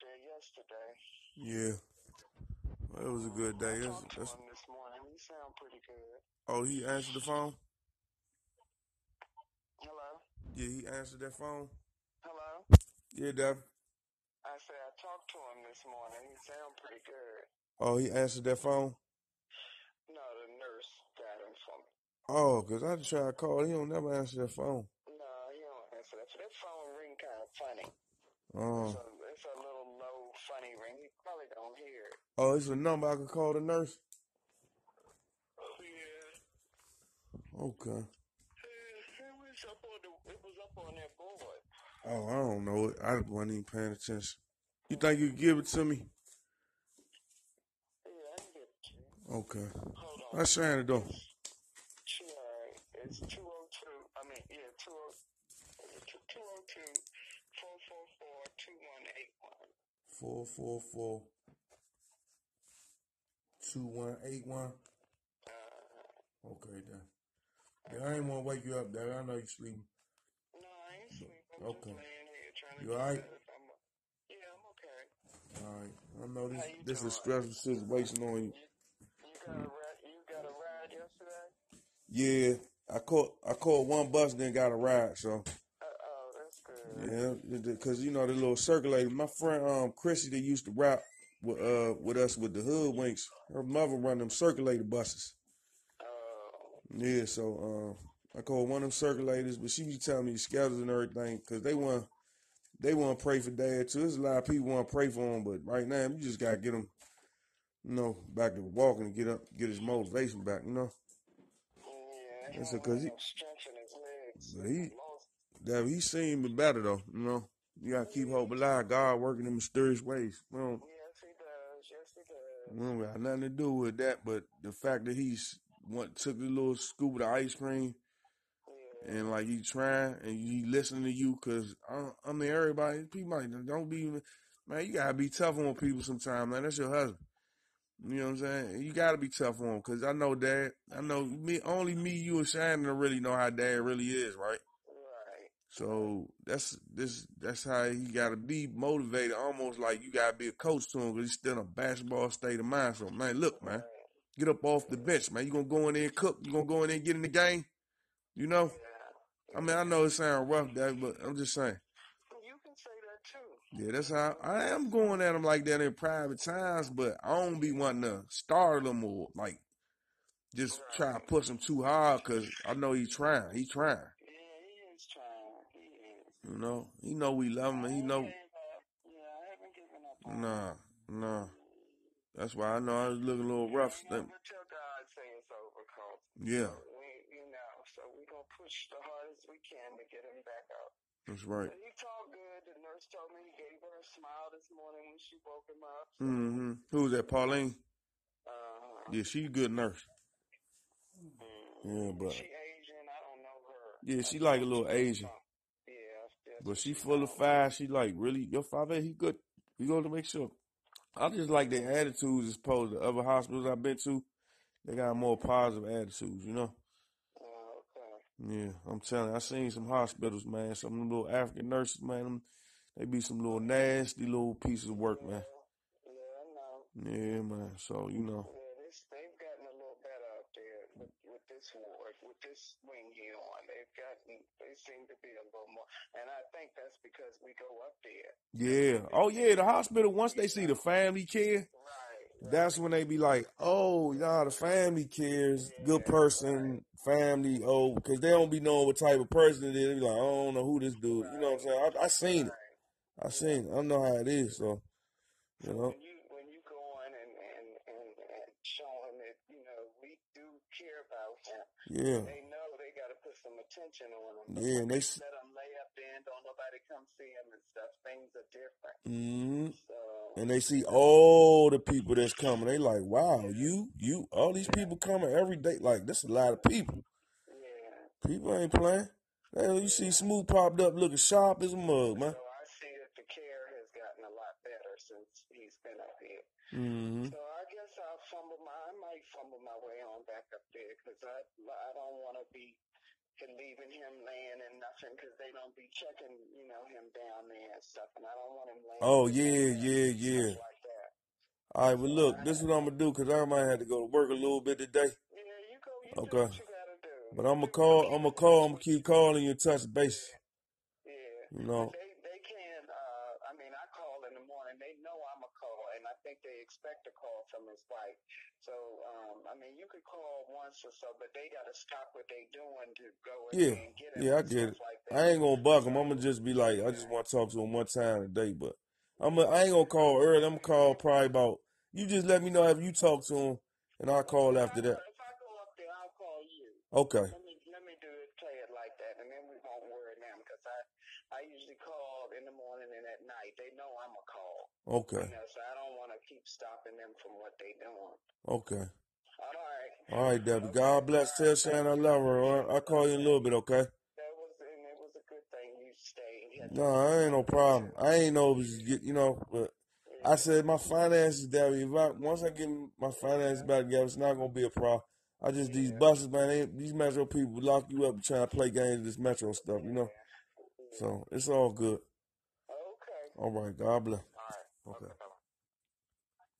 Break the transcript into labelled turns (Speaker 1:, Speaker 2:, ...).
Speaker 1: there yesterday.
Speaker 2: Yeah, well, it was a good
Speaker 1: I
Speaker 2: day. That's,
Speaker 1: talked to
Speaker 2: that's
Speaker 1: him this morning. He sound pretty good.
Speaker 2: oh, he answered the phone.
Speaker 1: Hello?
Speaker 2: Yeah, he answered that phone.
Speaker 1: Hello?
Speaker 2: Yeah, Devin.
Speaker 1: I said I talked to him this morning. He sound pretty good.
Speaker 2: Oh, he answered that phone.
Speaker 1: No, the nurse got him for me.
Speaker 2: Oh, cause I tried to call. He don't never answer that phone.
Speaker 1: No, he don't answer that. That phone ring kind of funny. It's a
Speaker 2: Oh,
Speaker 1: it's a little low, funny ring. He probably don't hear it.
Speaker 2: oh, it's a number I could call the nurse.
Speaker 1: Yeah.
Speaker 2: Okay.
Speaker 1: It was up on the it was up on that board.
Speaker 2: Oh, I don't know it. I wasn't even paying attention. You think you can give it to me?
Speaker 1: Yeah, I can get it to you.
Speaker 2: Okay.
Speaker 1: Hold on.
Speaker 2: I'm saying it though.
Speaker 1: It's two alright. It's two oh two I mean yeah, two oh two oh two four four four two one eight one.
Speaker 2: Four four four two one eight one.
Speaker 1: Uh
Speaker 2: Okay, then. Yeah, I ain't want to wake you up, Dad. I know you sleeping.
Speaker 1: no, I ain't sleep. I'm just
Speaker 2: Okay.
Speaker 1: laying here trying to
Speaker 2: You all
Speaker 1: get
Speaker 2: right?
Speaker 1: better. I'm yeah, I'm okay.
Speaker 2: All right. I
Speaker 1: How
Speaker 2: know this
Speaker 1: you
Speaker 2: this is a
Speaker 1: doing?
Speaker 2: stressful situation on you.
Speaker 1: You you got a ride you got a ride yesterday?
Speaker 2: Yeah, I caught I caught one bus, then got a ride. So
Speaker 1: Uh oh, that's good.
Speaker 2: yeah, because you know the little circulator. My friend um Chrissy that used to rap with uh with us with the hoodwinks. Her mother run them circulator buses.
Speaker 1: Oh
Speaker 2: Yeah, so um I called one of them circulators, but she be telling me the schedules and everything because they want they want to pray for dad too. There's a lot of people want to pray for him, but right now you just gotta get him you know back to walking and get up get his motivation back. You know,
Speaker 1: yeah, he
Speaker 2: that's
Speaker 1: don't
Speaker 2: because
Speaker 1: have
Speaker 2: he
Speaker 1: no strength in his legs.
Speaker 2: but
Speaker 1: That's
Speaker 2: he
Speaker 1: the most
Speaker 2: that he seemed better though. You know, you gotta keep hope alive. God working in mysterious ways. We don't
Speaker 1: Yes, he does. Yes, he does.
Speaker 2: we don't got nothing to do with that, but the fact that he's went took the little scoop of the ice cream
Speaker 1: Yeah.
Speaker 2: and like he trying and he listening to you because I, I mean everybody people like don't be man you gotta be tough on people sometimes man that's your husband you know what I'm saying you gotta be tough on him because I know dad I know me only me you and Shannon really know how dad really is right
Speaker 1: Right. Right.
Speaker 2: so that's this that's how he gotta be motivated almost like you gotta be a coach to him because he's still in a basketball state of mind so man look man
Speaker 1: Right.
Speaker 2: get up off the
Speaker 1: Yeah.
Speaker 2: bench man you gonna go in there and cook you gonna go in there and get in the game you know.
Speaker 1: Yeah.
Speaker 2: I mean, I
Speaker 1: Yeah.
Speaker 2: know it sounds rough, Dad, but I'm just saying.
Speaker 1: You can say that too.
Speaker 2: Yeah, that's
Speaker 1: You
Speaker 2: how
Speaker 1: know,
Speaker 2: I am going at them like that in private times, but I don't be wanting to startle them or like just try to
Speaker 1: right.
Speaker 2: push him too hard because I know he trying. He trying.
Speaker 1: Yeah, he is trying. He is.
Speaker 2: You know, he know we love him.
Speaker 1: I
Speaker 2: And he
Speaker 1: ain't
Speaker 2: know,
Speaker 1: gave up. Yeah, I haven't given up on him.
Speaker 2: nah, nah. That's why I know I was looking a little
Speaker 1: You
Speaker 2: rough.
Speaker 1: know,
Speaker 2: That-
Speaker 1: but tell God say it's over, cause
Speaker 2: Yeah,
Speaker 1: we, you know, so we gonna push the hardest we can to get him back up.
Speaker 2: that's right.
Speaker 1: But he talked good. The nurse told me he gave her a smile this morning when she woke him up. So,
Speaker 2: Mm-hmm. Who was that? Pauline?
Speaker 1: uh,
Speaker 2: Yeah, she a good nurse. Yeah,
Speaker 1: mm,
Speaker 2: but
Speaker 1: she Asian. I don't know her.
Speaker 2: yeah,
Speaker 1: I
Speaker 2: she like
Speaker 1: thought
Speaker 2: a
Speaker 1: she
Speaker 2: little
Speaker 1: was
Speaker 2: Asian.
Speaker 1: from. Yeah, that's
Speaker 2: But
Speaker 1: what
Speaker 2: she
Speaker 1: she
Speaker 2: full of
Speaker 1: called me.
Speaker 2: fire. She like really your father. He good. We going to make sure. I just like their attitudes as opposed to other hospitals I've been to. They got more positive attitudes, you know.
Speaker 1: Oh, okay.
Speaker 2: Yeah, I'm telling. You, I seen some hospitals, man. Some little African nurses, man. Them, they be some little nasty little pieces of work, man.
Speaker 1: Yeah, yeah, I know.
Speaker 2: Yeah, man. So you know,
Speaker 1: Yeah, this they've gotten a little better up there with, with this ward, with this wing here on. They've gotten, they seem to be a little more, and I think that's because we go up there. That's
Speaker 2: yeah.
Speaker 1: what it
Speaker 2: Oh yeah,
Speaker 1: is.
Speaker 2: the hospital once
Speaker 1: You
Speaker 2: they see the
Speaker 1: know,
Speaker 2: family care,
Speaker 1: right,
Speaker 2: that's
Speaker 1: right.
Speaker 2: when they be like, oh, nah, the family cares,
Speaker 1: Yeah,
Speaker 2: good
Speaker 1: right,
Speaker 2: person, family, oh, because they don't be knowing what type of person it is. They be like, I don't know who this dude. You know what I'm
Speaker 1: right,
Speaker 2: saying? I, I seen it.
Speaker 1: right.
Speaker 2: I
Speaker 1: Yeah.
Speaker 2: seen it. I know how it is. So
Speaker 1: So
Speaker 2: you know,
Speaker 1: when you when you go on and and and, and show them that you know we do care about them,
Speaker 2: yeah,
Speaker 1: they know they got to put some attention on them.
Speaker 2: yeah. And they, s-
Speaker 1: Let them lay up there and don't nobody come see them and stuff. Things are different.
Speaker 2: mm,
Speaker 1: So
Speaker 2: and they see all the people that's coming. They like, wow,
Speaker 1: yeah,
Speaker 2: you, you, all these
Speaker 1: yeah,
Speaker 2: people coming every day. Like this, a lot of people.
Speaker 1: yeah,
Speaker 2: People ain't playing. Hell, you
Speaker 1: yeah.
Speaker 2: see, Smooth popped up looking sharp as a mug,
Speaker 1: So
Speaker 2: man.
Speaker 1: I see that the care has gotten a lot better since he's been up here.
Speaker 2: hmm
Speaker 1: So I guess I'll fumble my, I might fumble my way on back up there because I, I don't want to be. for leaving him laying and nothing because they don't be checking, you know, him down there and stuff. And I don't want him laying
Speaker 2: Oh yeah, yeah, yeah.
Speaker 1: like that.
Speaker 2: All right, well look, this is what I'm gonna do because I might have to go to work a little bit today.
Speaker 1: Yeah, you go. You do
Speaker 2: Okay,
Speaker 1: what you gotta do.
Speaker 2: but I'm
Speaker 1: You do what
Speaker 2: gonna call.
Speaker 1: you
Speaker 2: I'm
Speaker 1: gotta
Speaker 2: gonna
Speaker 1: do.
Speaker 2: call. I'm gonna keep calling you and touch base.
Speaker 1: Yeah,
Speaker 2: You
Speaker 1: but
Speaker 2: know.
Speaker 1: they they can. Uh, I mean, I call in the morning. They know I'm a call, and I think they expect a call from his wife. So, um, I mean, you could call once or so, but they got to stop what they doing to go in
Speaker 2: Yeah,
Speaker 1: there and get him
Speaker 2: yeah, I
Speaker 1: and
Speaker 2: get
Speaker 1: stuff
Speaker 2: it.
Speaker 1: like
Speaker 2: I
Speaker 1: that.
Speaker 2: ain't gonna bug him. I'm gonna
Speaker 1: So,
Speaker 2: just be like, I just
Speaker 1: yeah,
Speaker 2: want to talk to him one time today, but I'm gonna, I ain't gonna call early. I'm gonna call probably about. You just let me know if you talk to him, and I'll
Speaker 1: well, if
Speaker 2: call
Speaker 1: I
Speaker 2: after that.
Speaker 1: if I go up there, I'll call you.
Speaker 2: Okay.
Speaker 1: Let me let me do it, play it like that, and then we won't worry them because I I usually call in the morning and at night. They know I'm a call, you
Speaker 2: Okay.
Speaker 1: know, so I don't want to keep stopping them from what they doing.
Speaker 2: Okay.
Speaker 1: All right,
Speaker 2: All right, Debbie.
Speaker 1: okay,
Speaker 2: God
Speaker 1: all
Speaker 2: bless.
Speaker 1: right.
Speaker 2: Tell
Speaker 1: Thank
Speaker 2: Shannon I
Speaker 1: you,
Speaker 2: love her.
Speaker 1: appreciate
Speaker 2: I'll
Speaker 1: it.
Speaker 2: call you in a
Speaker 1: Okay,
Speaker 2: little bit, okay?
Speaker 1: that was and it was a good thing you stayed here
Speaker 2: No,
Speaker 1: till you
Speaker 2: I ain't no
Speaker 1: called in
Speaker 2: problem.
Speaker 1: too.
Speaker 2: I ain't no, you know, but I
Speaker 1: Yeah,
Speaker 2: said my finances, Debbie. If I once I get my finances
Speaker 1: yeah,
Speaker 2: back together, it's not gonna be a problem. I just these
Speaker 1: yeah,
Speaker 2: buses, man. They, these metro people lock you up and try to play games with this metro stuff, you know.
Speaker 1: yeah, yeah.
Speaker 2: So it's all good.
Speaker 1: Okay.
Speaker 2: All right, God bless.
Speaker 1: All right.
Speaker 2: Okay.
Speaker 1: Okay.